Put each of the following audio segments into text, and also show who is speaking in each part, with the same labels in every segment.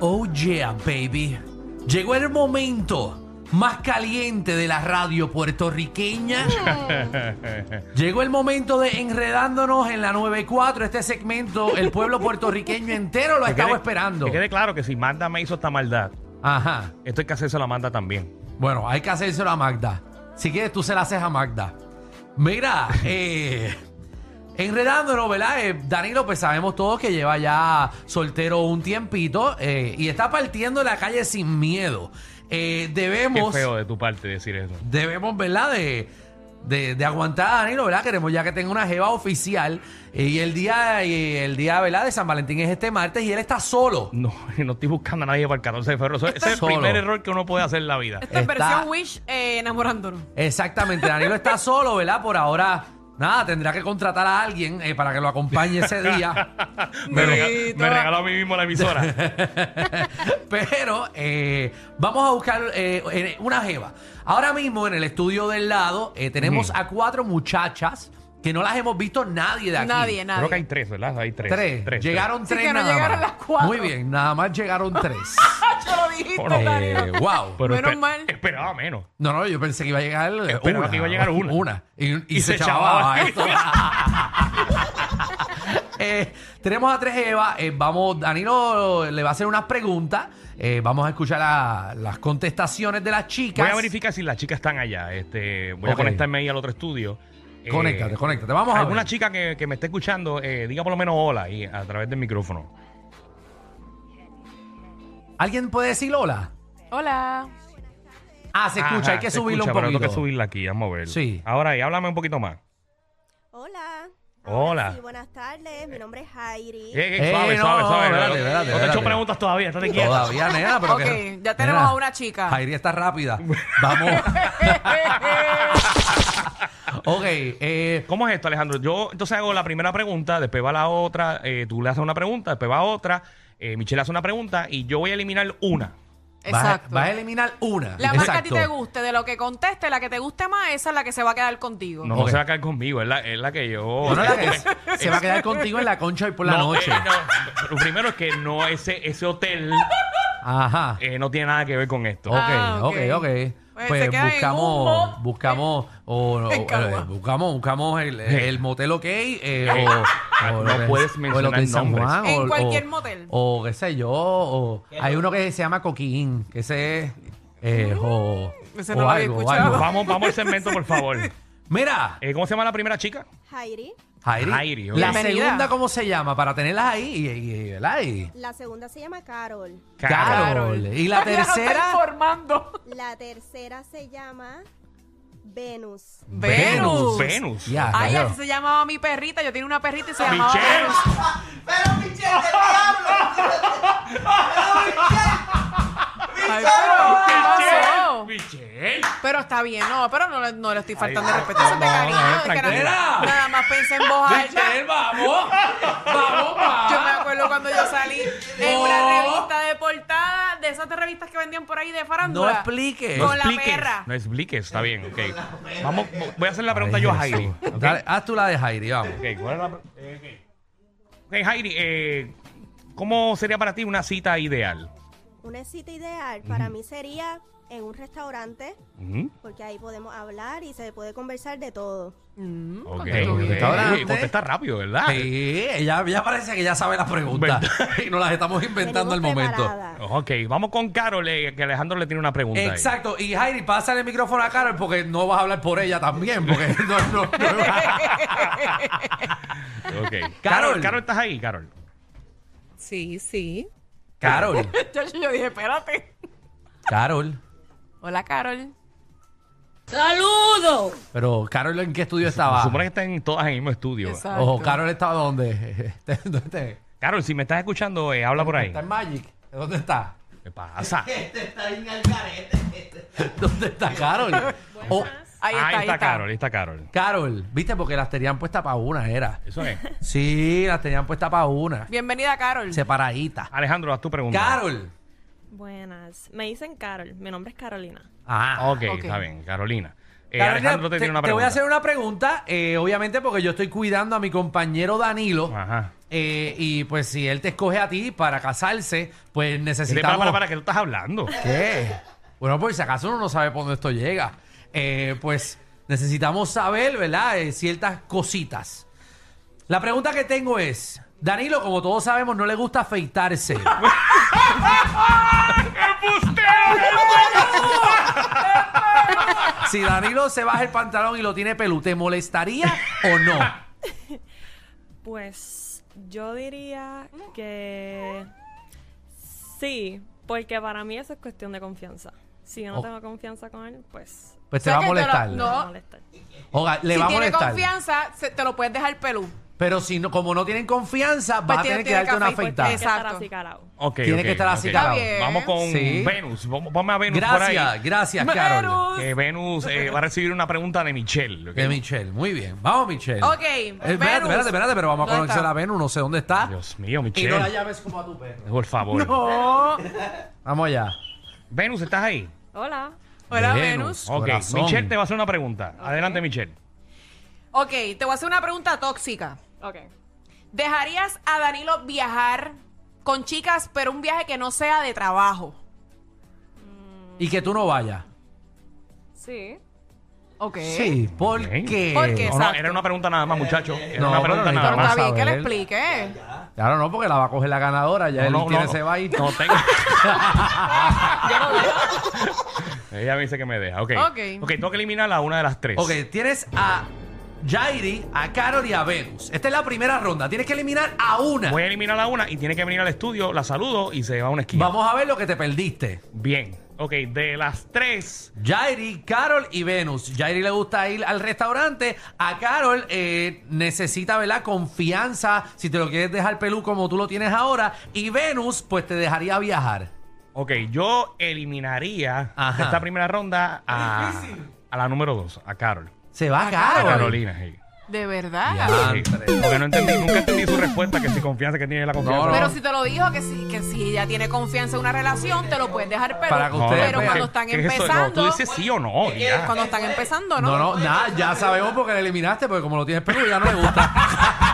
Speaker 1: Oh yeah, baby. Llegó el momento más caliente de la radio puertorriqueña. Llegó el momento de enredándonos en la 94. Este segmento, el pueblo puertorriqueño entero lo ha
Speaker 2: Que quede-
Speaker 1: estado esperando.
Speaker 2: Que quede claro que si Magda me hizo esta maldad,
Speaker 1: Ajá.
Speaker 2: esto hay que hacerse la Magda también.
Speaker 1: Bueno, hay que hacérselo a Magda. Si quieres, tú se la haces a Magda. Mira, eh, enredándonos, ¿verdad? Eh, Danilo, pues sabemos todos que lleva ya soltero un tiempito eh, y está partiendo la calle sin miedo. Eh,
Speaker 2: Qué
Speaker 1: debemos,
Speaker 2: feo de tu parte decir eso.
Speaker 1: debemos, ¿verdad? De, de- de aguantar a Danilo, ¿verdad? Queremos ya que tenga una jeva oficial eh, y el día, y el día, ¿verdad? De San Valentín es este martes y él está solo.
Speaker 2: No, no estoy buscando a nadie para el 14 de febrero. Eso- Ese es el
Speaker 1: Solo.
Speaker 2: primer error que uno puede hacer en la vida.
Speaker 3: Esta es
Speaker 1: Está-
Speaker 3: versión Wish eh, enamorándonos.
Speaker 1: Exactamente, Danilo está solo, ¿verdad? Por ahora, nada, tendrá que contratar a alguien eh, para que lo acompañe ese día.
Speaker 2: Me, rega-
Speaker 3: Bendito.
Speaker 2: me regaló a mí mismo la emisora.
Speaker 1: Pero eh, vamos a buscar eh, eh, una jeva. Ahora mismo en el estudio del lado eh, tenemos
Speaker 2: Mm.
Speaker 1: a cuatro muchachas que no las hemos visto nadie de aquí.
Speaker 3: Nadie, nadie.
Speaker 2: Creo que hay tres, ¿verdad? Hay tres.
Speaker 1: Tres. llegaron
Speaker 3: Sí,
Speaker 1: tres
Speaker 3: que no
Speaker 1: nada
Speaker 3: llegaron
Speaker 1: más.
Speaker 3: las cuatro.
Speaker 1: Muy bien, nada más llegaron tres.
Speaker 3: Yo lo dijiste,
Speaker 2: Por-
Speaker 3: Darío.
Speaker 1: Eh, wow.
Speaker 2: Pero
Speaker 3: Menos
Speaker 2: espe-
Speaker 3: mal.
Speaker 2: Esperaba menos.
Speaker 1: No, no, yo pensé que iba a llegar eh,
Speaker 2: Esperaba
Speaker 1: una.
Speaker 2: que iba a llegar una.
Speaker 1: Y, y
Speaker 2: Y
Speaker 1: se,
Speaker 2: se
Speaker 1: chavaba
Speaker 2: chavaba.
Speaker 1: esto. Eh, tenemos a tres Eva. eh, vamos, Danilo le va a hacer unas preguntas. eh, vamos a escuchar la- las contestaciones de las chicas.
Speaker 2: Voy a verificar si las chicas están allá. Este,
Speaker 1: Ok.
Speaker 2: voy a conectarme ahí al otro estudio. Eh,
Speaker 1: Conéctate, conéctate. Vamos a
Speaker 2: alguna
Speaker 1: ver.
Speaker 2: chica que, que me esté escuchando, eh, diga por lo menos hola y a través del micrófono.
Speaker 1: ¿Alguien puede decir hola?
Speaker 3: Hola.
Speaker 1: Ah, se escucha,
Speaker 2: Ajá,
Speaker 1: hay que
Speaker 2: se
Speaker 1: subirlo
Speaker 2: escucha,
Speaker 1: un
Speaker 2: pero
Speaker 1: poquito.
Speaker 2: Tengo que subirla aquí, vamos a ver.
Speaker 1: Sí.
Speaker 2: Ahora, y háblame un poquito más.
Speaker 4: Hola.
Speaker 2: Hola.
Speaker 4: sí, buenas tardes. Mi nombre es Jairi.
Speaker 2: Eh,
Speaker 1: Eh,
Speaker 2: eh, suave,
Speaker 1: no,
Speaker 2: suave, suave.
Speaker 1: espérate, espérate,
Speaker 2: No- no te he hecho
Speaker 1: espérate.
Speaker 2: preguntas todavía, estate quieta.
Speaker 1: Todavía, nena, pero
Speaker 3: ok,
Speaker 1: que-
Speaker 3: ya tenemos
Speaker 1: nena,
Speaker 3: a una chica.
Speaker 1: Jairi está rápida. Vamos. ok, eh,
Speaker 2: ¿Cómo es esto, Alejandro? Yo entonces hago la primera pregunta, después va la otra, eh, tú le haces una pregunta, después va otra, eh, Michelle hace una pregunta y yo voy a eliminar una.
Speaker 1: vas, a-
Speaker 3: Exacto.
Speaker 1: vas a eliminar una.
Speaker 3: la más que a ti
Speaker 1: Exacto.
Speaker 3: te guste, de lo que conteste, la que te guste más, esa es la que se va a quedar contigo.
Speaker 2: No,
Speaker 1: Ok.
Speaker 2: no se va a caer conmigo, es la, es la que yo...
Speaker 1: Bueno, la que se va a quedar contigo en la concha hoy por la
Speaker 2: No, eh,
Speaker 1: noche.
Speaker 2: no, lo primero es que no ese, ese hotel
Speaker 1: Ajá.
Speaker 2: eh, no tiene nada que ver con esto.
Speaker 1: Ok,
Speaker 3: Ah,
Speaker 1: ok,
Speaker 3: ok.
Speaker 1: ok. Pues,
Speaker 3: Pues se queda en
Speaker 1: buscamos,
Speaker 3: humo.
Speaker 1: buscamos, o, o-
Speaker 3: En Cagua.
Speaker 1: eh, buscamos, buscamos el, el motel OK, eh,
Speaker 2: Eh,
Speaker 1: o,
Speaker 2: no
Speaker 1: o el-
Speaker 2: puedes
Speaker 1: o el
Speaker 2: mencionar
Speaker 1: Hotel San
Speaker 2: nombres.
Speaker 1: Juan,
Speaker 3: En
Speaker 1: o-
Speaker 3: cualquier
Speaker 1: o-
Speaker 3: motel.
Speaker 1: O qué sé yo, o- hay uno que se llama Coquín, que ese es, eh, o,
Speaker 3: Ese
Speaker 1: o
Speaker 3: no lo había
Speaker 1: algo, o
Speaker 3: escuchado.
Speaker 1: algo.
Speaker 2: Vamos, vamos al segmento, por favor.
Speaker 1: Mira,
Speaker 2: Eh, ¿Cómo se llama la primera chica?
Speaker 4: Jairi.
Speaker 1: Jairi,
Speaker 2: Jairi, ok.
Speaker 1: la
Speaker 3: Bienvenida.
Speaker 1: segunda, ¿cómo se llama? Para tenerlas ahí, y, y- y- ¿verdad? Y-
Speaker 4: La segunda se llama Carol.
Speaker 1: Carol. Y la
Speaker 3: Ya no está
Speaker 1: tercera...
Speaker 3: informando.
Speaker 4: La tercera se llama Venus.
Speaker 3: Venus.
Speaker 2: Venus.
Speaker 1: Ya,
Speaker 3: Ay,
Speaker 1: claro.
Speaker 3: así se llamaba mi perrita. Yo tenía una perrita y se llamaba.
Speaker 2: Michelle.
Speaker 3: Venus. Ay, pero, ¿qué pasó?
Speaker 2: Michelle.
Speaker 3: Pero está bien, no, pero no, le- no le estoy faltando
Speaker 2: Ay,
Speaker 3: el respeto. Eso
Speaker 2: no,
Speaker 3: te cariño.
Speaker 2: no,
Speaker 3: es que nada-
Speaker 1: tranquila.
Speaker 3: Nada más pensé en voz alta.
Speaker 1: Michelle, vamos. Vamos, pa.
Speaker 3: Yo me acuerdo cuando yo salí en una revista de portada de esas de revistas que vendían por ahí de
Speaker 1: No
Speaker 3: farándula.
Speaker 1: expliques.
Speaker 3: Con la
Speaker 2: expliques.
Speaker 3: perra.
Speaker 2: No expliques, está bien, ok. Vamos, vo- voy a hacer la pregunta yo a
Speaker 1: Ay,
Speaker 2: Jairi.
Speaker 1: Jesús.
Speaker 2: ok.
Speaker 1: Dale, haz tú la de Jairi, vamos.
Speaker 2: Ok, ¿cuál es la pre- eh, ok. Ok, Jairi, eh, ¿cómo sería para ti una cita ideal?
Speaker 4: Una cita ideal para mí sería en un restaurante, porque ahí podemos hablar y se puede conversar de todo.
Speaker 3: Mm,
Speaker 2: Ok,
Speaker 3: porque tú-
Speaker 2: ok.
Speaker 1: Restaurante.
Speaker 2: Contesta rápido, ¿verdad?
Speaker 1: Sí, ella, ella parece que ya sabe las preguntas. y nos las estamos inventando al
Speaker 4: Venimos
Speaker 1: momento.
Speaker 4: preparadas.
Speaker 2: Ok, vamos con Carol, eh, que Alejandro le tiene una pregunta. ahí.
Speaker 1: Exacto. Y Jairi, pásale el micrófono a Carol porque no vas a hablar por ella también. Porque no, no, no.
Speaker 2: Ok.
Speaker 1: Carol.
Speaker 2: Carol, Carol, ¿estás ahí, Carol?
Speaker 3: Sí, sí.
Speaker 1: Carol,
Speaker 3: Yo, yo dije, espérate.
Speaker 1: Carol.
Speaker 3: Hola, Carol.
Speaker 5: ¡Saludos!
Speaker 1: Pero, Carol, ¿en qué estudio estaba?
Speaker 2: Se supone que están todas en el mismo estudio.
Speaker 3: Exacto.
Speaker 1: Ojo, Carol estaba dónde? ¿Dónde está?
Speaker 2: Carol, si me estás escuchando, eh, habla por ahí.
Speaker 1: ¿Está en Magic? ¿Dónde está?
Speaker 2: ¿Qué pasa?
Speaker 1: ¿Dónde está Carol? Oh,
Speaker 3: Ahí está,
Speaker 2: Ah, ahí está Carol, ahí está Carol.
Speaker 1: Carol, viste, porque las tenían puesta para una, era.
Speaker 2: Eso es.
Speaker 1: Sí, las tenían puesta para una.
Speaker 3: Bienvenida, Carol.
Speaker 1: Separadita.
Speaker 2: Alejandro, haz tu pregunta.
Speaker 1: Carol.
Speaker 6: Buenas, me dicen Carol, mi nombre es Carolina.
Speaker 1: Ah,
Speaker 2: Ok,
Speaker 3: ok.
Speaker 2: está bien, Carolina. Oh, Eh,
Speaker 1: Carolina,
Speaker 2: Alejandro te,
Speaker 1: te,
Speaker 2: tiene
Speaker 1: te
Speaker 2: una
Speaker 1: voy
Speaker 2: pregunta.
Speaker 1: a hacer una pregunta, eh, obviamente porque yo estoy cuidando a mi compañero Danilo.
Speaker 2: Ajá.
Speaker 1: Eh, y pues si él te escoge a ti para casarse, pues
Speaker 2: Dile, Para,
Speaker 1: necesitamos...
Speaker 2: para, para, ¿qué tú estás hablando?
Speaker 1: ¿Qué? Bueno, por si acaso uno no sabe por dónde esto llega. Eh, pues necesitamos saber, ¿verdad? Eh, ciertas cositas. La pregunta que tengo es, Danilo, como todos sabemos, no le gusta afeitarse. si Danilo se baja el pantalón y lo tiene pelu, ¿te molestaría o no?
Speaker 5: Pues yo diría que sí, porque para mí eso es cuestión de confianza. Si yo no
Speaker 1: Oh.
Speaker 5: tengo confianza con él, pues
Speaker 1: Pues te
Speaker 3: O sea
Speaker 1: va a
Speaker 3: que te lo-
Speaker 1: molestar.
Speaker 5: me va a
Speaker 3: No.
Speaker 5: molestar.
Speaker 1: Oiga, le
Speaker 3: si
Speaker 1: va a
Speaker 3: tiene
Speaker 1: molestar.
Speaker 3: confianza, se- te lo puedes dejar pelú.
Speaker 1: Pero si no, como no tienen confianza, vas a
Speaker 3: tiene-
Speaker 1: tener que
Speaker 3: tiene
Speaker 1: darte
Speaker 3: que
Speaker 1: una
Speaker 5: Pues
Speaker 3: afeitar.
Speaker 1: afeitada.
Speaker 5: tiene que estar
Speaker 3: Exacto.
Speaker 5: así, calado.
Speaker 2: Ok,
Speaker 1: Tiene
Speaker 2: ok,
Speaker 1: que estar
Speaker 2: ok.
Speaker 1: así, cabrón.
Speaker 3: Está bien.
Speaker 2: Vamos con
Speaker 1: Sí.
Speaker 2: Venus. Vamos- Ponme a Venus por ahí.
Speaker 1: Gracias, gracias, Carol.
Speaker 3: Venus.
Speaker 2: Que Venus eh, va a recibir una pregunta de Michelle. ¿ok?
Speaker 1: De Michelle, muy bien. Vamos, Michelle.
Speaker 3: Ok,
Speaker 1: Eh, Espérate,
Speaker 3: Venus.
Speaker 1: espérate, espérate, pero vamos a
Speaker 3: ¿Dónde
Speaker 1: conocer
Speaker 3: está?
Speaker 1: a Venus, no sé dónde está.
Speaker 2: Dios mío,
Speaker 1: y no la
Speaker 2: Michelle.
Speaker 1: llames como a tu perro.
Speaker 2: Por favor.
Speaker 3: Oh,
Speaker 1: Vamos allá.
Speaker 2: Venus, ¿estás ahí?
Speaker 5: Hola.
Speaker 3: hola,
Speaker 1: Venus.
Speaker 3: Venus.
Speaker 2: Ok,
Speaker 1: Corazón.
Speaker 2: Michelle te va a hacer una pregunta. Adelante, Michelle.
Speaker 3: Ok, te voy a hacer una pregunta tóxica.
Speaker 5: Ok.
Speaker 3: ¿Dejarías a Danilo viajar con chicas, pero un viaje que no sea de trabajo?
Speaker 1: Y que tú no vayas.
Speaker 5: Sí.
Speaker 3: Ok.
Speaker 1: Sí, ¿por
Speaker 2: ¿Eh? Ok.
Speaker 1: qué?
Speaker 3: ¿Por qué?
Speaker 2: No, no,
Speaker 3: Exacto.
Speaker 2: era una pregunta nada más, muchacho. Era
Speaker 1: No,
Speaker 2: una
Speaker 1: pero
Speaker 2: pregunta
Speaker 1: no,
Speaker 2: nada
Speaker 1: vamos
Speaker 3: Pero
Speaker 2: más.
Speaker 1: a
Speaker 3: está bien que le
Speaker 1: ver.
Speaker 3: explique.
Speaker 1: Claro, no, porque la va a coger la ganadora, ya él
Speaker 2: No, no,
Speaker 1: tiene
Speaker 2: no.
Speaker 1: ese baile.
Speaker 2: No tengo. Ella me dice que me deja. Ok.
Speaker 3: Ok.
Speaker 2: Ok, tengo que eliminar a una de las tres.
Speaker 1: Ok, tienes a Jairi, a Carol y a Venus. Esta es la primera ronda. Tienes que eliminar a una.
Speaker 2: Voy a eliminar a una y tiene que venir al estudio. La saludo y se va a una esquina.
Speaker 1: Vamos a ver lo que te perdiste.
Speaker 2: Bien. Ok, de las tres.
Speaker 1: Jairi, Carol y Venus. Jairi le gusta ir al restaurante. A Carol eh, necesita, ¿verdad? Confianza. Si te lo quieres dejar pelú como tú lo tienes ahora. Y Venus, pues te dejaría viajar.
Speaker 2: Ok, yo eliminaría
Speaker 1: Ajá.
Speaker 2: de esta primera ronda a, a la número dos, a Carol.
Speaker 1: Se va
Speaker 2: A
Speaker 1: Carol.
Speaker 2: Carolina, sí.
Speaker 3: De verdad.
Speaker 1: Diantre.
Speaker 2: Sí, Porque no entendí, nunca entendí su respuesta, que si confianza que tiene la confianza.
Speaker 1: No,
Speaker 3: Pero si te lo dijo que si, que si ella tiene confianza en una relación, te lo puedes dejar pelú.
Speaker 1: Para que
Speaker 2: No,
Speaker 1: ustedes
Speaker 3: pero
Speaker 1: vean.
Speaker 3: cuando están
Speaker 2: ¿qué es eso? No,
Speaker 3: empezando, eh,
Speaker 2: tú dices sí o no. ya.
Speaker 3: cuando están empezando, ¿no?
Speaker 1: No, no, nada, ya sabemos porque la eliminaste, porque como lo tienes pelú ya no le gusta.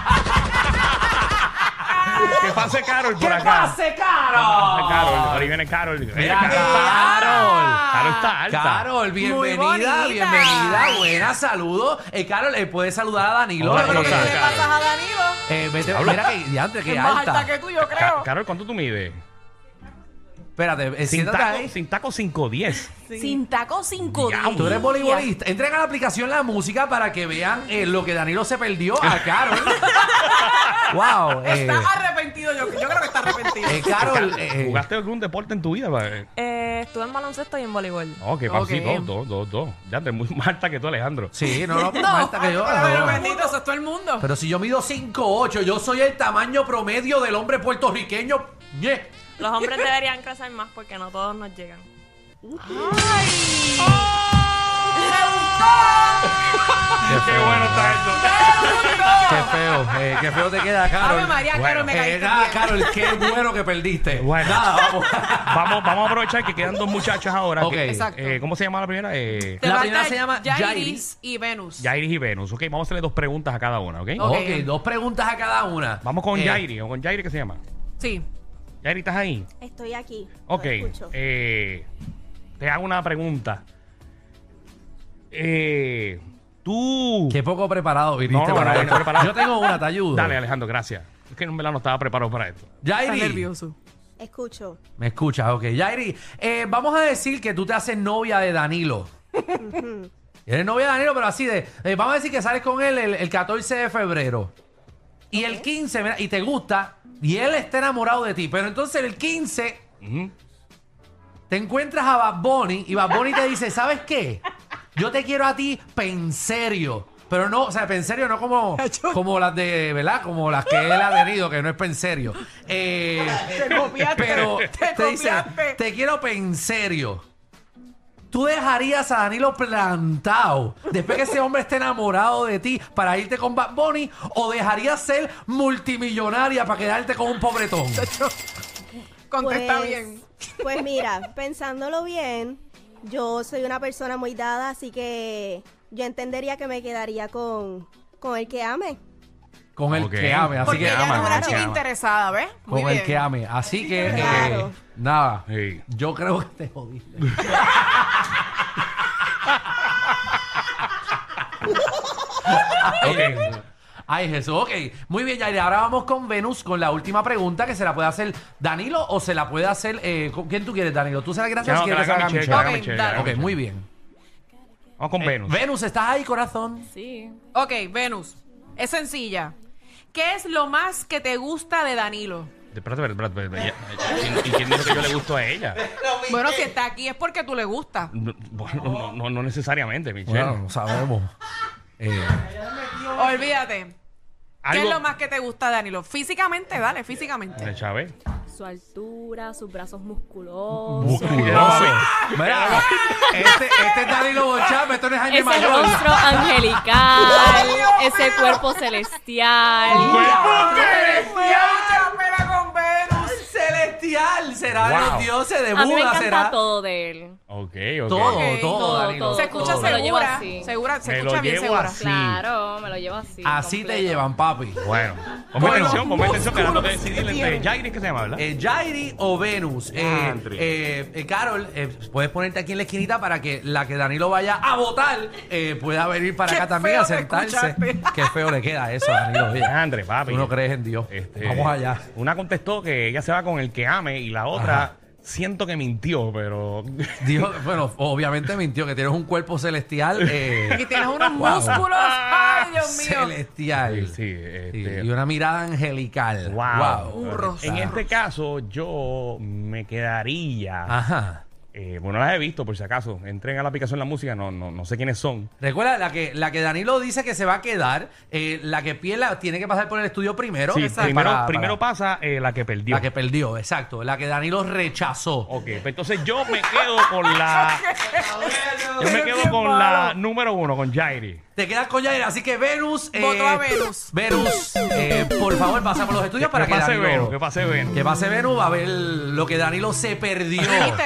Speaker 2: Que pase Carol por acá.
Speaker 1: Carol!
Speaker 2: Pase Carol. Ahí viene Carol. Mira,
Speaker 1: Mira,
Speaker 2: Carol.
Speaker 1: Carol.
Speaker 2: Carol está alta.
Speaker 1: Carol, bienvenida,
Speaker 3: bonita.
Speaker 1: bienvenida, buena, saludos. Eh, Carol, eh, puedes saludar a Danilo.
Speaker 2: Hola,
Speaker 1: Eh,
Speaker 2: ¿cómo
Speaker 3: Pero que
Speaker 2: estás?
Speaker 3: le pasas a Danilo,
Speaker 1: eh, vete, mira que, diantre,
Speaker 3: que
Speaker 1: que
Speaker 3: es más alta
Speaker 1: alta.
Speaker 3: que tú, yo
Speaker 2: Ca-
Speaker 3: creo.
Speaker 2: Carol, ¿cuánto tú mides?
Speaker 1: Espérate, eh,
Speaker 2: Sin
Speaker 1: siéntate
Speaker 2: taco,
Speaker 1: ahí.
Speaker 2: sin taco 510.
Speaker 3: Sin taco, sin codillo.
Speaker 1: Tú eres voleibolista. Entren a la aplicación La Música para que vean eh, lo que Danilo se perdió a Carol. wow. eh,
Speaker 3: Está arrepentido, yo, yo creo que está arrepentido.
Speaker 1: eh, Carol, eh,
Speaker 2: ¿Jugaste algún deporte en tu vida? pa-
Speaker 5: Eh, estuve en baloncesto y en voleibol.
Speaker 2: No, que pasó
Speaker 3: Ok.
Speaker 2: dos, dos, dos, dos. Ya te muy más alta que tú, Alejandro.
Speaker 1: sí, no, no, más alta que yo.
Speaker 3: Pero
Speaker 1: no.
Speaker 3: bendito, eso es todo el mundo.
Speaker 1: Pero si yo mido 5'8, yo soy el tamaño promedio del hombre puertorriqueño. Ñe.
Speaker 5: Los hombres deberían crecer más porque no todos nos llegan.
Speaker 2: Qué bueno está esto.
Speaker 1: Qué feo, eh, qué feo te queda, Carol.
Speaker 3: Ave María, Carol, me
Speaker 1: Eh,
Speaker 3: caíste
Speaker 1: nada,
Speaker 3: bien.
Speaker 1: Carol, qué bueno que perdiste.
Speaker 2: Bueno.
Speaker 1: Nada, vamos.
Speaker 2: Vamos, vamos a aprovechar que quedan dos muchachos ahora.
Speaker 1: Ok.
Speaker 2: que-
Speaker 3: Exacto.
Speaker 2: eh, ¿Cómo se llama la primera? Eh,
Speaker 1: La
Speaker 3: Te
Speaker 1: primera
Speaker 3: falta
Speaker 1: se llama Jairis.
Speaker 3: Jairis y Venus.
Speaker 2: Jairis y Venus. Ok, vamos a hacerle dos preguntas a cada una, ¿ok?
Speaker 3: Ok.
Speaker 1: ok, dos preguntas a cada una.
Speaker 2: Vamos con
Speaker 1: Eh,
Speaker 2: Jairi. ¿O con Jairi qué se llama?
Speaker 3: Sí.
Speaker 2: Jairi, ¿estás ahí?
Speaker 4: Estoy aquí. lo
Speaker 2: Ok.
Speaker 4: escucho.
Speaker 2: eh, te hago una pregunta. Eh, tú...
Speaker 1: Qué poco preparado viniste
Speaker 2: No, no,
Speaker 1: para
Speaker 2: no,
Speaker 1: esto.
Speaker 2: no, preparado.
Speaker 1: Yo tengo una, te ayudo.
Speaker 2: Dale, Alejandro, gracias. Es que en verdad no estaba preparado para esto.
Speaker 3: Está
Speaker 1: Yairi,
Speaker 3: nervioso.
Speaker 4: Escucho.
Speaker 1: me escuchas, ok. Yairi, eh, vamos a decir que tú te haces novia de Danilo. Eres novia de Danilo, pero así de. eh, vamos a decir que sales con él el, el 14 de febrero. Y el 15, mira, y te gusta, y él está enamorado de ti. Pero entonces el 15
Speaker 2: Ujú.
Speaker 1: te encuentras a Bad Bunny y Bad Bunny te dice, ¿sabes qué? Yo te quiero a ti penserio. Pero no, o sea, penserio no como, como las de, ¿verdad? Como las que él ha tenido, que no es penserio. Eh,
Speaker 3: Te copiaste.
Speaker 1: pero
Speaker 3: te,
Speaker 1: te, dice,
Speaker 3: copiaste.
Speaker 1: te quiero penserio. Tú dejarías a Danilo plantado después que ese hombre esté enamorado de ti para irte con Bad Bunny o dejarías ser multimillonaria para quedarte con un pobretón.
Speaker 3: Contesta
Speaker 4: Pues-
Speaker 3: bien.
Speaker 4: Pues mira, pensándolo bien, Yo soy una persona muy dada, así que yo entendería que me quedaría con, con el que ame.
Speaker 1: Con el
Speaker 2: Ok.
Speaker 1: que ame, así
Speaker 3: Porque
Speaker 1: que
Speaker 3: ella
Speaker 1: ama.
Speaker 3: no es una
Speaker 1: ¿no?
Speaker 3: chica
Speaker 2: ama.
Speaker 3: interesada, ¿ves? Muy
Speaker 1: Con el
Speaker 3: bien.
Speaker 1: que ame. Así que, eh,
Speaker 4: Claro.
Speaker 1: nada.
Speaker 2: Sí.
Speaker 1: Yo creo que te jodiste.
Speaker 2: Ok.
Speaker 1: Ay, Jesús, ok. Muy bien, Yair. Ahora vamos con Venus con la última pregunta que se la puede hacer Danilo o se la puede hacer. Eh, ¿con- ¿Quién tú quieres, Danilo? ¿Tú se la quieres hacer
Speaker 2: Ya,
Speaker 1: o
Speaker 2: no, que
Speaker 1: quieres
Speaker 2: la haga
Speaker 1: que se
Speaker 2: Michelle,
Speaker 1: la haga
Speaker 2: que la haga
Speaker 3: Ok,
Speaker 2: Michelle,
Speaker 3: dale.
Speaker 2: que la
Speaker 1: Michelle?
Speaker 2: haga
Speaker 1: Ok,
Speaker 2: Michelle.
Speaker 1: muy bien.
Speaker 2: Vamos con
Speaker 1: Eh,
Speaker 2: Venus.
Speaker 1: Venus, ¿estás ahí, corazón?
Speaker 5: Sí.
Speaker 3: Ok, Venus. Es sencilla. ¿Qué es lo más que te gusta de Danilo?
Speaker 2: Espérate, espérate, espérate, espérate. Ella- ¿Y quién dijo que yo le gusto a ella?
Speaker 3: Bueno, si está aquí es porque tú le gustas.
Speaker 2: No, Bueno, no, no, no necesariamente, Michelle.
Speaker 1: Bueno, no sabemos. Eh,
Speaker 3: Olvídate. ¿Qué
Speaker 2: Algo
Speaker 3: es lo más que te gusta de Danilo? Físicamente, dale, físicamente.
Speaker 2: de Chávez.
Speaker 5: Su altura, sus brazos musculosos.
Speaker 1: musculoso. Mira, este, este es Danilo Bocham, esto no es Jaime
Speaker 5: Ese Ah.
Speaker 1: Mayor.
Speaker 5: rostro angelical, ese cuerpo celestial.
Speaker 3: ¡Mucha pena con Venus!
Speaker 1: Celestial será
Speaker 2: Wow.
Speaker 1: los dioses de
Speaker 5: A mí me
Speaker 1: Buda,
Speaker 5: encanta
Speaker 1: será.
Speaker 5: todo de él.
Speaker 2: Ok, ok.
Speaker 1: Todo,
Speaker 3: Ok,
Speaker 1: todo,
Speaker 5: todo,
Speaker 1: Danilo.
Speaker 5: todo.
Speaker 3: Se escucha
Speaker 5: Me lo llevo
Speaker 3: segura.
Speaker 5: así.
Speaker 3: Segura, se
Speaker 2: Me lo
Speaker 3: escucha bien
Speaker 2: llevo
Speaker 3: segura.
Speaker 2: así.
Speaker 5: Claro, me lo llevo así.
Speaker 1: Así te
Speaker 5: completo.
Speaker 1: llevan, papi.
Speaker 2: Bueno, ponme
Speaker 1: Bueno,
Speaker 2: atención, ponme atención, que ahora tengo que
Speaker 1: músculos
Speaker 2: decidir
Speaker 1: que
Speaker 2: entre Jairis que se llama, ¿verdad?
Speaker 1: Eh, Jairi o Venus. Eh,
Speaker 2: Andri.
Speaker 1: eh, eh, Carol, eh, puedes ponerte aquí en la esquinita para que la que Danilo vaya a votar eh, pueda venir para
Speaker 3: Qué
Speaker 1: acá también
Speaker 3: feo
Speaker 1: a
Speaker 3: te
Speaker 1: sentarse.
Speaker 3: escuchaste.
Speaker 1: Qué feo le queda eso, Danilo. oye.
Speaker 2: Andre, papi.
Speaker 1: Tú no crees en Dios.
Speaker 2: Este,
Speaker 1: Vamos allá.
Speaker 2: Una contestó que ella se va con el que ame y la otra siento que mintió, pero.
Speaker 1: Dijo, bueno, obviamente mintió que tienes un cuerpo celestial. eh,
Speaker 3: Y tienes unos
Speaker 1: Wow.
Speaker 3: músculos. ¡Ay, Dios mío!
Speaker 1: Celestial.
Speaker 2: Sí, sí,
Speaker 1: Sí,
Speaker 2: este-
Speaker 1: Y una mirada angelical.
Speaker 2: Wow.
Speaker 1: Wow.
Speaker 3: Un rosa.
Speaker 2: En este caso, yo me quedaría.
Speaker 1: Ajá.
Speaker 2: eh, bueno, las he visto, por si acaso. Entren a la aplicación la música, no, no, no sé quiénes son.
Speaker 1: Recuerda, la que, la que Danilo dice que se va a quedar, eh, la que pierda tiene que pasar por el estudio primero.
Speaker 2: Sí,
Speaker 1: eh,
Speaker 2: primero,
Speaker 1: para-
Speaker 2: primero
Speaker 1: para-
Speaker 2: pasa eh, la que perdió.
Speaker 1: La que perdió, exacto. La que Danilo rechazó.
Speaker 2: Ok, pues entonces yo me quedo con la. yo me
Speaker 3: Pero qué
Speaker 2: quedo con la
Speaker 3: malo.
Speaker 2: número uno, con Jairi.
Speaker 1: Te quedas con Yair, así que Venus. eh,
Speaker 3: Votó a Venus.
Speaker 1: Venus, eh, por favor, pasa por los estudios para que,
Speaker 2: que pase
Speaker 1: Danilo-
Speaker 2: Venus, que pase Venus.
Speaker 1: Que pase Venus, va a ver lo que Danilo se perdió.
Speaker 3: ¿Viste?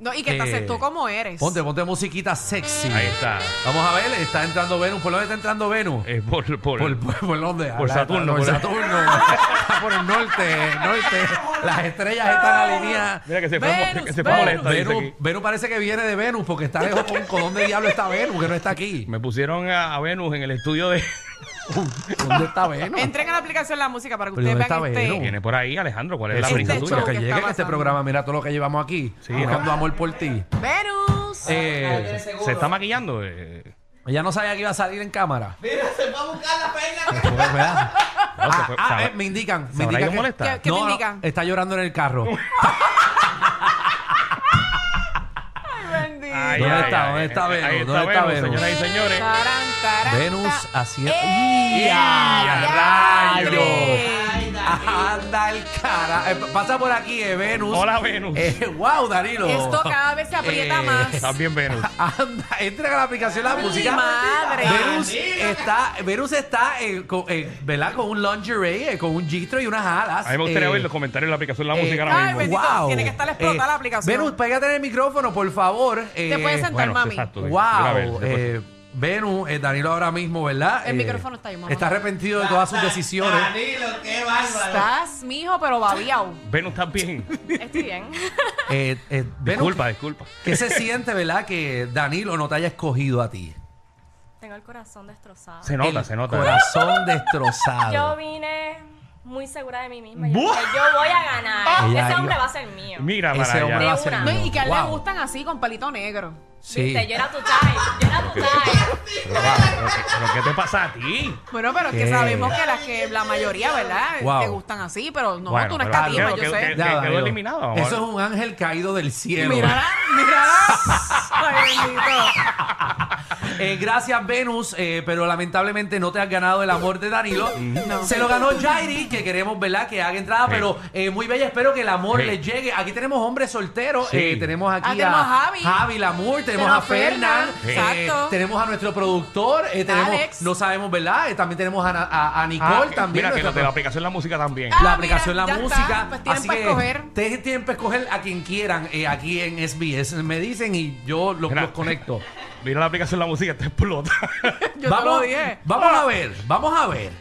Speaker 3: No, y que te
Speaker 1: Eh,
Speaker 3: aceptó como eres.
Speaker 1: Ponte, ponte musiquita sexy.
Speaker 2: Ahí está.
Speaker 1: Vamos a ver, está entrando Venus. ¿Por dónde está entrando Venus?
Speaker 2: Eh, por, por-
Speaker 1: Por, por, por dónde?
Speaker 2: por
Speaker 1: La-
Speaker 2: Saturno,
Speaker 1: Por
Speaker 2: por-
Speaker 1: Saturno. Ah, por el norte, el norte. Las estrellas están alineadas.
Speaker 2: Mira que se fue,
Speaker 3: Venus,
Speaker 2: que se fue
Speaker 3: Venus.
Speaker 2: molesta, dice
Speaker 1: Venus,
Speaker 2: aquí.
Speaker 1: Venus parece que viene de Venus porque está lejos con, con dónde diablo está Venus, que no está aquí.
Speaker 2: Me pusieron a, a Venus en el estudio de.
Speaker 1: ¿Dónde está Venus?
Speaker 3: Entren a la aplicación La Música para que
Speaker 1: Pero
Speaker 3: ustedes
Speaker 1: ¿dónde
Speaker 3: vean
Speaker 1: está
Speaker 3: este...
Speaker 1: Venus?
Speaker 2: Viene por ahí, Alejandro, ¿cuál es la
Speaker 1: Jesús,
Speaker 2: brisa
Speaker 3: este
Speaker 2: tuya?
Speaker 1: pero que
Speaker 3: show que
Speaker 1: llegue
Speaker 3: está
Speaker 1: a este
Speaker 3: pasando.
Speaker 1: programa, mira todo lo que llevamos aquí.
Speaker 2: Sí,
Speaker 1: buscando amor por ti.
Speaker 3: ¡Venus!
Speaker 1: Eh,
Speaker 2: Se está maquillando. eh.
Speaker 1: ella no sabía que iba a salir en cámara.
Speaker 6: Mira, se fue a buscar la perla.
Speaker 1: ¿Verdad?
Speaker 2: No, se
Speaker 1: Ah,
Speaker 2: fue-
Speaker 1: ah,
Speaker 2: sabrá-
Speaker 1: eh, me indican. Me
Speaker 2: sabrá
Speaker 1: indican
Speaker 2: que molesta. ¿Qué-
Speaker 3: qué
Speaker 1: No,
Speaker 3: te
Speaker 1: no,
Speaker 3: indican?
Speaker 1: está llorando en el carro.
Speaker 3: Bendito.
Speaker 2: Ay,
Speaker 1: ¿Dónde
Speaker 2: ay,
Speaker 1: está?
Speaker 2: ay,
Speaker 1: ¿Dónde está
Speaker 2: ay,
Speaker 1: Venus?
Speaker 2: ahí
Speaker 1: ¿Dónde está Venus?
Speaker 2: Señoras y señores.
Speaker 3: Tarán, tarán,
Speaker 1: Venus
Speaker 3: ta-
Speaker 1: haciendo.
Speaker 3: ¡Ey!
Speaker 1: ¡Ya,
Speaker 2: ¡Diablo!
Speaker 3: ¡Andre!
Speaker 1: Anda el cara. eh, pasa por aquí, eh, Venus.
Speaker 2: Hola, Venus.
Speaker 1: Eh, wow, Danilo.
Speaker 3: Esto cada vez se aprieta
Speaker 1: Eh,
Speaker 3: más.
Speaker 2: Estás bien, Venus.
Speaker 1: Anda, entra a la aplicación la música.
Speaker 3: madre!
Speaker 1: Venus está, Venus está eh, con, eh, ¿verdad? con un lingerie, eh, con un gistro y unas alas.
Speaker 2: A mí me gustaría
Speaker 1: eh,
Speaker 2: oír los comentarios de la aplicación La
Speaker 1: eh,
Speaker 2: Música
Speaker 3: ay,
Speaker 2: ahora mismo.
Speaker 3: bendito. tiene que estar explotada la aplicación.
Speaker 1: Venus, pégate en el micrófono, por favor. Eh,
Speaker 3: Te puedes sentar,
Speaker 2: bueno,
Speaker 3: mami.
Speaker 2: exacto.
Speaker 1: Wow.
Speaker 2: Mira, a ver, después-
Speaker 1: eh, Venus, eh, Danilo ahora mismo, ¿verdad?
Speaker 3: El
Speaker 1: Eh,
Speaker 3: micrófono está ahí, mamá.
Speaker 1: Está arrepentido de todas sus
Speaker 2: eh.
Speaker 1: decisiones.
Speaker 6: Danilo, qué bárbaro.
Speaker 3: Estás, mijo, pero babiao.
Speaker 2: Venus también.
Speaker 5: Estoy bien.
Speaker 1: Eh, eh, Venus,
Speaker 2: Disculpa, disculpa.
Speaker 1: ¿qué se siente, verdad? Que Danilo no te haya escogido a ti.
Speaker 5: Tengo el corazón destrozado.
Speaker 2: Se nota,
Speaker 1: El
Speaker 2: se nota.
Speaker 1: Corazón
Speaker 5: Yo
Speaker 1: destrozado.
Speaker 5: vine muy segura de mí misma. Yo, dije, yo voy a ganar.
Speaker 1: Ella-
Speaker 5: Ese hombre va a ser mío.
Speaker 2: Mira,
Speaker 1: Ese
Speaker 2: para
Speaker 1: hombre
Speaker 2: allá.
Speaker 1: va a
Speaker 5: De
Speaker 1: ser
Speaker 5: una.
Speaker 3: No,
Speaker 1: mío.
Speaker 3: y que a él le
Speaker 1: Wow.
Speaker 3: gustan así, con palito negro.
Speaker 1: Sí.
Speaker 5: Viste, yo era tu type. Yo era tu type.
Speaker 2: Pero, pero, pero, ¿qué te pasa a ti?
Speaker 3: Bueno, pero es que
Speaker 1: ¿Qué?
Speaker 3: sabemos que, las que la mayoría, ¿verdad?
Speaker 1: Wow.
Speaker 3: Te gustan así, pero no,
Speaker 2: Bueno,
Speaker 3: tú no
Speaker 2: pero-
Speaker 3: escatima,
Speaker 2: Ah,
Speaker 3: yo
Speaker 2: que-
Speaker 3: sé.
Speaker 2: que- quedó
Speaker 1: Danilo.
Speaker 2: eliminado, vamos a
Speaker 1: Eso es
Speaker 2: ver.
Speaker 1: un ángel caído del cielo.
Speaker 3: Mírala, mírala. Ay, bendito.
Speaker 1: Eh, gracias, Venus, eh, pero lamentablemente no te has ganado el amor de Danilo. Se lo ganó Jairi, que queremos, ¿verdad? Que haga entrada,
Speaker 2: Sí.
Speaker 1: pero eh, muy bella. Espero que el amor
Speaker 2: Sí.
Speaker 1: le llegue. Aquí tenemos hombres solteros.
Speaker 2: Sí.
Speaker 1: eh, tenemos aquí
Speaker 3: Ah, tenemos a Javi.
Speaker 1: Lamour, tenemos
Speaker 3: Tenemos
Speaker 1: a Fernan.
Speaker 3: Fernan,
Speaker 1: eh,
Speaker 3: exacto.
Speaker 1: tenemos a nuestro productor. eh, tenemos,
Speaker 3: Alex.
Speaker 1: No sabemos, ¿verdad? Eh, también tenemos a, a- a Nicole.
Speaker 2: Ah,
Speaker 1: también
Speaker 2: Mira, que
Speaker 1: nuestra
Speaker 2: lo de la aplicación la música también.
Speaker 3: Ah,
Speaker 1: la
Speaker 3: mira,
Speaker 1: aplicación La
Speaker 3: ya está.
Speaker 1: Música.
Speaker 3: Pues tienen
Speaker 1: así
Speaker 3: pa'
Speaker 1: que
Speaker 3: escoger.
Speaker 1: ustedes tienen para escoger a quien quieran eh, aquí en SBS. Me dicen y yo los,
Speaker 2: Mira.
Speaker 1: los conecto.
Speaker 2: Mira la aplicación la música, te explota.
Speaker 3: Yo
Speaker 1: vamos,
Speaker 3: te lo dije. Ah.
Speaker 1: vamos a ver, vamos a ver.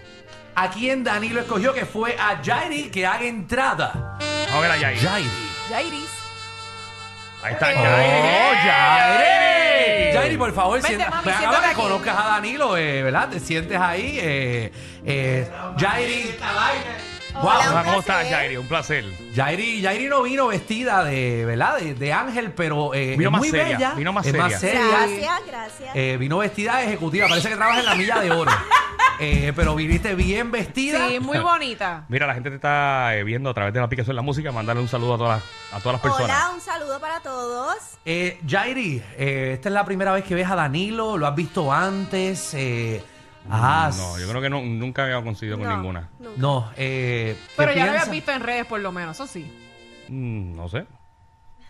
Speaker 1: A quién Danilo escogió que fue a Jairi que haga entrada.
Speaker 2: A ver allá ahí.
Speaker 1: Jairi.
Speaker 3: Jairis.
Speaker 2: Ahí está.
Speaker 3: Eh.
Speaker 1: ¡Oh,
Speaker 2: Yairi.
Speaker 1: Jairi!
Speaker 2: Yairi.
Speaker 1: Jairi, por favor,
Speaker 3: Vente,
Speaker 1: sienta-
Speaker 3: mami,
Speaker 1: Ven acá
Speaker 3: siéntate
Speaker 1: para que
Speaker 3: aquí.
Speaker 1: conozcas a Danilo, eh, ¿verdad? Te sientes ahí. Eh, eh, Jairi.
Speaker 6: Esta vaina.
Speaker 1: Wow.
Speaker 2: Hola, ¿Cómo estás, Yairi? Un placer.
Speaker 1: Yairi, Yairi no vino vestida de, ¿verdad? De, de ángel, pero eh,
Speaker 2: Vino
Speaker 1: es
Speaker 2: más
Speaker 1: muy
Speaker 2: seria,
Speaker 1: bella.
Speaker 2: vino más
Speaker 1: es más
Speaker 2: seria.
Speaker 1: seria.
Speaker 4: Gracias, gracias.
Speaker 1: Eh, vino vestida de ejecutiva, parece que trabaja en la milla de oro. Eh, pero viniste bien vestida.
Speaker 3: Sí, muy bonita.
Speaker 2: Mira, la gente te está eh, viendo a través de la aplicación la música. Mandarle un saludo a todas las, a todas las personas.
Speaker 4: Hola, un saludo para todos.
Speaker 1: Eh, Yairi, eh, esta es la primera vez que ves a Danilo, lo has visto antes. Eh, ah,
Speaker 2: Mm, No, yo creo que no- nunca había coincidido con
Speaker 4: No,
Speaker 2: ninguna.
Speaker 4: nunca.
Speaker 1: no, eh, ¿qué
Speaker 3: Pero ya lo
Speaker 1: piensas?
Speaker 3: habías visto en redes, por lo menos, eso sí.
Speaker 2: Mm, no sé.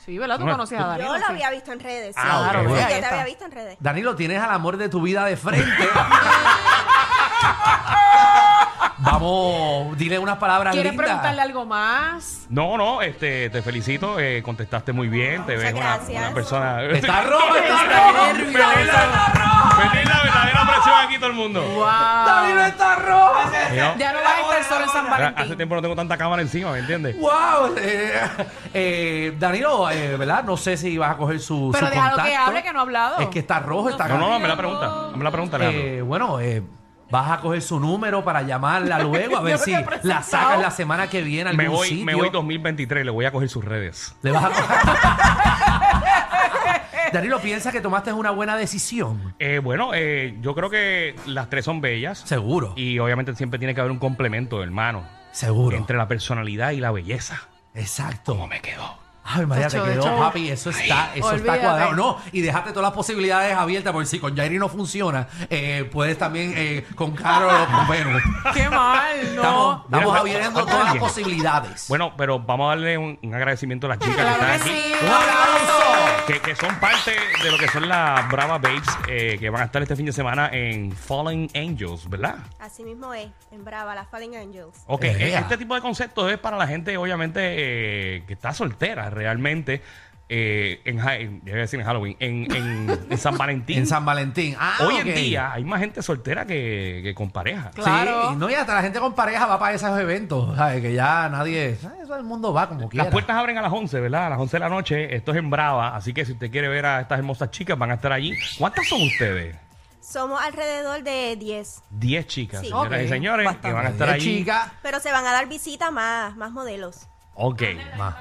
Speaker 3: Sí, ¿verdad? Tú
Speaker 2: No,
Speaker 3: conocías a
Speaker 2: tú-
Speaker 3: Danilo.
Speaker 4: Yo
Speaker 3: sí.
Speaker 4: lo había visto en redes. sí.
Speaker 2: Ah,
Speaker 1: ok.
Speaker 4: Sí,
Speaker 1: Bueno,
Speaker 4: yo
Speaker 3: ahí
Speaker 4: te
Speaker 3: está.
Speaker 4: había visto en redes.
Speaker 1: Danilo, tienes al amor de tu vida de frente. Vamos, dile unas palabras
Speaker 3: ¿Quieres
Speaker 1: lindas.
Speaker 3: preguntarle algo más?
Speaker 2: No, no, este, te felicito, eh, contestaste muy bien, te ves
Speaker 4: Muchas
Speaker 2: una,
Speaker 4: gracias.
Speaker 2: una persona.
Speaker 1: Está rojo, está rojo.
Speaker 2: Feliz la, feliz la verdadera presión aquí todo el mundo.
Speaker 1: Danilo está rojo.
Speaker 2: You know?
Speaker 3: Ah, Ya no vas a estar solo en San
Speaker 2: Mira, Hace
Speaker 3: Valentín.
Speaker 2: tiempo no tengo tanta cámara encima, ¿me entiendes?
Speaker 1: ¡Wow! Eh, eh, Danilo, eh, ¿verdad? No sé si vas a coger su,
Speaker 3: Pero
Speaker 1: su
Speaker 3: déjalo
Speaker 1: contacto.
Speaker 3: que hable, que no ha hablado.
Speaker 1: Es que está rojo, está
Speaker 2: No, no, no,
Speaker 1: grande.
Speaker 2: me la pregunta, me la pregunta, Alejandro.
Speaker 1: Eh, bueno, eh, vas a coger su número para llamarla luego, a ver
Speaker 3: Yo
Speaker 1: si
Speaker 3: me he presentado.
Speaker 1: la sacas la semana que viene a algún
Speaker 2: me voy,
Speaker 1: sitio.
Speaker 2: me voy 2023, le voy a coger sus redes.
Speaker 1: Le vas a coger- Danilo, piensa que tomaste una buena decisión.
Speaker 2: Eh, bueno, eh, yo creo que las tres son bellas.
Speaker 1: Seguro,
Speaker 2: Y obviamente siempre tiene que haber un complemento, hermano.
Speaker 1: seguro.
Speaker 2: Entre la personalidad y la belleza.
Speaker 1: Exacto.
Speaker 2: ¿Cómo me quedó?
Speaker 1: Ay, María, te
Speaker 3: Chacho, de
Speaker 1: quedó,
Speaker 3: hecho,
Speaker 1: papi. Eso está, eso está
Speaker 3: olvídate.
Speaker 1: cuadrado. No, y dejaste todas las posibilidades abiertas, por si con Jairi no funciona, eh, puedes también eh, con Carol o con Venus.
Speaker 3: Qué mal,
Speaker 1: Estamos,
Speaker 3: no.
Speaker 1: estamos
Speaker 2: Mira,
Speaker 1: abriendo
Speaker 2: ¿a- a-
Speaker 1: todas las
Speaker 2: alguien?
Speaker 1: posibilidades.
Speaker 2: Bueno, pero vamos a darle un, un agradecimiento a las chicas que
Speaker 3: Claro
Speaker 2: están
Speaker 3: que
Speaker 2: aquí.
Speaker 3: sí. Ah,
Speaker 1: ¡Un aplauso!
Speaker 2: Que, que son parte de lo que son las Brava Babes eh, que van a estar este fin de semana en Fallen Angels, ¿verdad?
Speaker 4: Así mismo es, en Brava, las Fallen Angels.
Speaker 2: Ok,
Speaker 1: Eh,
Speaker 2: eh, este tipo de conceptos es para la gente, obviamente, eh, que está soltera realmente. eh, en, ja- en- yo iba a decir en Halloween, en, en- en San Valentín.
Speaker 1: En San Valentín. Ah,
Speaker 2: Hoy
Speaker 1: ok.
Speaker 2: en día hay más gente soltera que, que con pareja.
Speaker 1: Sí,
Speaker 3: Claro.
Speaker 1: y no, y hasta la gente con pareja va para esos eventos, ¿sabes? Que ya nadie. ¿sabes? Todo el mundo va como quiera.
Speaker 2: Las puertas abren a las 11, ¿verdad? A las 11 de la noche. Esto es en Brava. Así que si usted quiere ver a estas hermosas chicas, van a estar allí. ¿Cuántas son ustedes?
Speaker 4: Somos alrededor de 10,
Speaker 2: 10 chicas,
Speaker 4: Sí.
Speaker 2: señoras y
Speaker 3: Ok,
Speaker 2: señores, que van a estar
Speaker 1: Eh,
Speaker 2: allí.
Speaker 1: chica,
Speaker 4: pero se van a dar visita más, más modelos.
Speaker 2: Ok.
Speaker 1: más,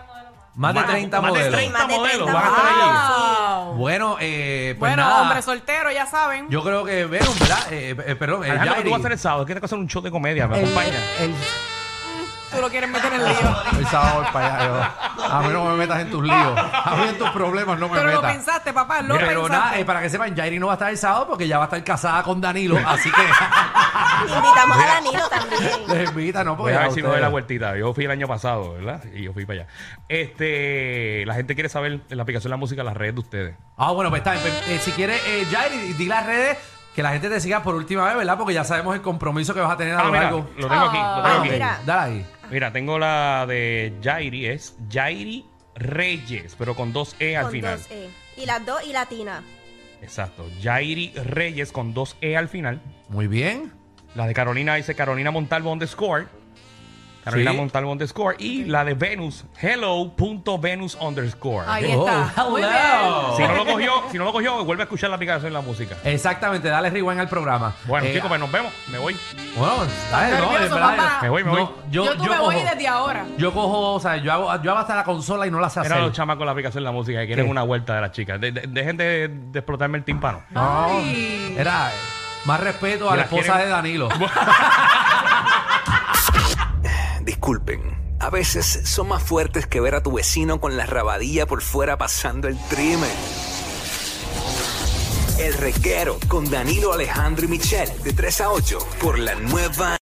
Speaker 1: más de 30
Speaker 2: más
Speaker 1: modelos.
Speaker 2: de 30
Speaker 4: Más de
Speaker 2: modelos
Speaker 4: 30
Speaker 2: van a estar allí.
Speaker 4: modelos.
Speaker 3: Wow.
Speaker 1: Bueno, eh, pues
Speaker 3: Bueno,
Speaker 1: nada.
Speaker 3: hombre soltero, ya saben.
Speaker 1: Yo creo que Venom, ¿verdad? Eh, eh, perdón, eh,
Speaker 2: Alejandro, ¿qué tú
Speaker 1: Yairi.
Speaker 2: vas a hacer el sábado? Es que tengo que hacer un show de comedia. ¿Me
Speaker 1: El-
Speaker 2: acompaña?
Speaker 1: el-
Speaker 3: Tú lo quieres meter en el lío.
Speaker 1: el sábado voy para allá. yo. A mí no me metas en tus líos. A mí en tus problemas no me
Speaker 3: Pero lo
Speaker 1: metas.
Speaker 3: pensaste, papá, lo
Speaker 1: Mira, pero
Speaker 3: pensaste.
Speaker 1: nada, eh, para que sepan, Jairi no va a estar el sábado porque ya va a estar casada con Danilo, así que
Speaker 4: Invitamos a Danilo también.
Speaker 1: les invita, ¿no?
Speaker 2: Voy
Speaker 1: Porque
Speaker 2: a
Speaker 1: ya
Speaker 2: ver si me doy
Speaker 1: ustedes-
Speaker 2: la vueltita. Yo fui el año pasado, ¿verdad? Y yo fui para allá. Este, la gente quiere saber en la aplicación de la música, las redes de ustedes.
Speaker 1: Ah, bueno, pues está bien. Pues, eh, si quieres, eh, Jairi, di las redes, que la gente te siga por última vez, ¿verdad? Porque ya sabemos el compromiso que vas a tener a
Speaker 2: Ah,
Speaker 1: lo
Speaker 2: mira,
Speaker 1: largo.
Speaker 2: lo tengo aquí, lo tengo
Speaker 1: Ah,
Speaker 2: aquí.
Speaker 1: ok.
Speaker 4: mira.
Speaker 1: Dale ahí.
Speaker 2: Mira, tengo la de Jairi, es Jairi Reyes, pero con dos E al
Speaker 4: Con
Speaker 2: final.
Speaker 4: dos E. Y las dos y Latina.
Speaker 2: Exacto, Jairi Reyes con dos E al final.
Speaker 1: Muy bien.
Speaker 2: La de Carolina dice Carolina Montalvo underscore. Carolina
Speaker 1: Sí.
Speaker 2: Montalvo underscore. Y la de Venus, hello.venus underscore.
Speaker 3: Ahí
Speaker 1: Oh,
Speaker 3: está. Muy
Speaker 1: hello.
Speaker 3: bien.
Speaker 2: Si no lo cogió, si no lo cogió, vuelve a escuchar la aplicación de la música.
Speaker 1: Exactamente, dale rewind al programa.
Speaker 2: Bueno,
Speaker 1: Eh,
Speaker 2: chicos, pues nos vemos. Me voy.
Speaker 1: Bueno, dale, no,
Speaker 3: nervioso,
Speaker 1: en verdad, eh,
Speaker 3: papá.
Speaker 2: Me voy, me voy.
Speaker 1: no,
Speaker 3: Yo,
Speaker 1: Yo,
Speaker 3: tú
Speaker 1: yo
Speaker 3: me voy
Speaker 1: cojo-
Speaker 3: desde ahora.
Speaker 1: Yo cojo, o sea, yo hago, yo hago hasta la consola y no la sé
Speaker 2: Era
Speaker 1: hacer.
Speaker 2: los chamacos de la aplicación de la música que quieren
Speaker 1: ¿Qué?
Speaker 2: una vuelta de las chicas. De- de- dejen de, de explotarme el tímpano.
Speaker 1: No,
Speaker 3: Ay.
Speaker 1: era eh, más respeto a la
Speaker 2: Las
Speaker 1: esposa
Speaker 2: quieren-
Speaker 1: de Danilo.
Speaker 7: Disculpen, a veces son más fuertes que ver a tu vecino con la rabadilla por fuera pasando el trimen. El reguero con Danilo Alejandro y Michel de 3 a 8 por la nueva...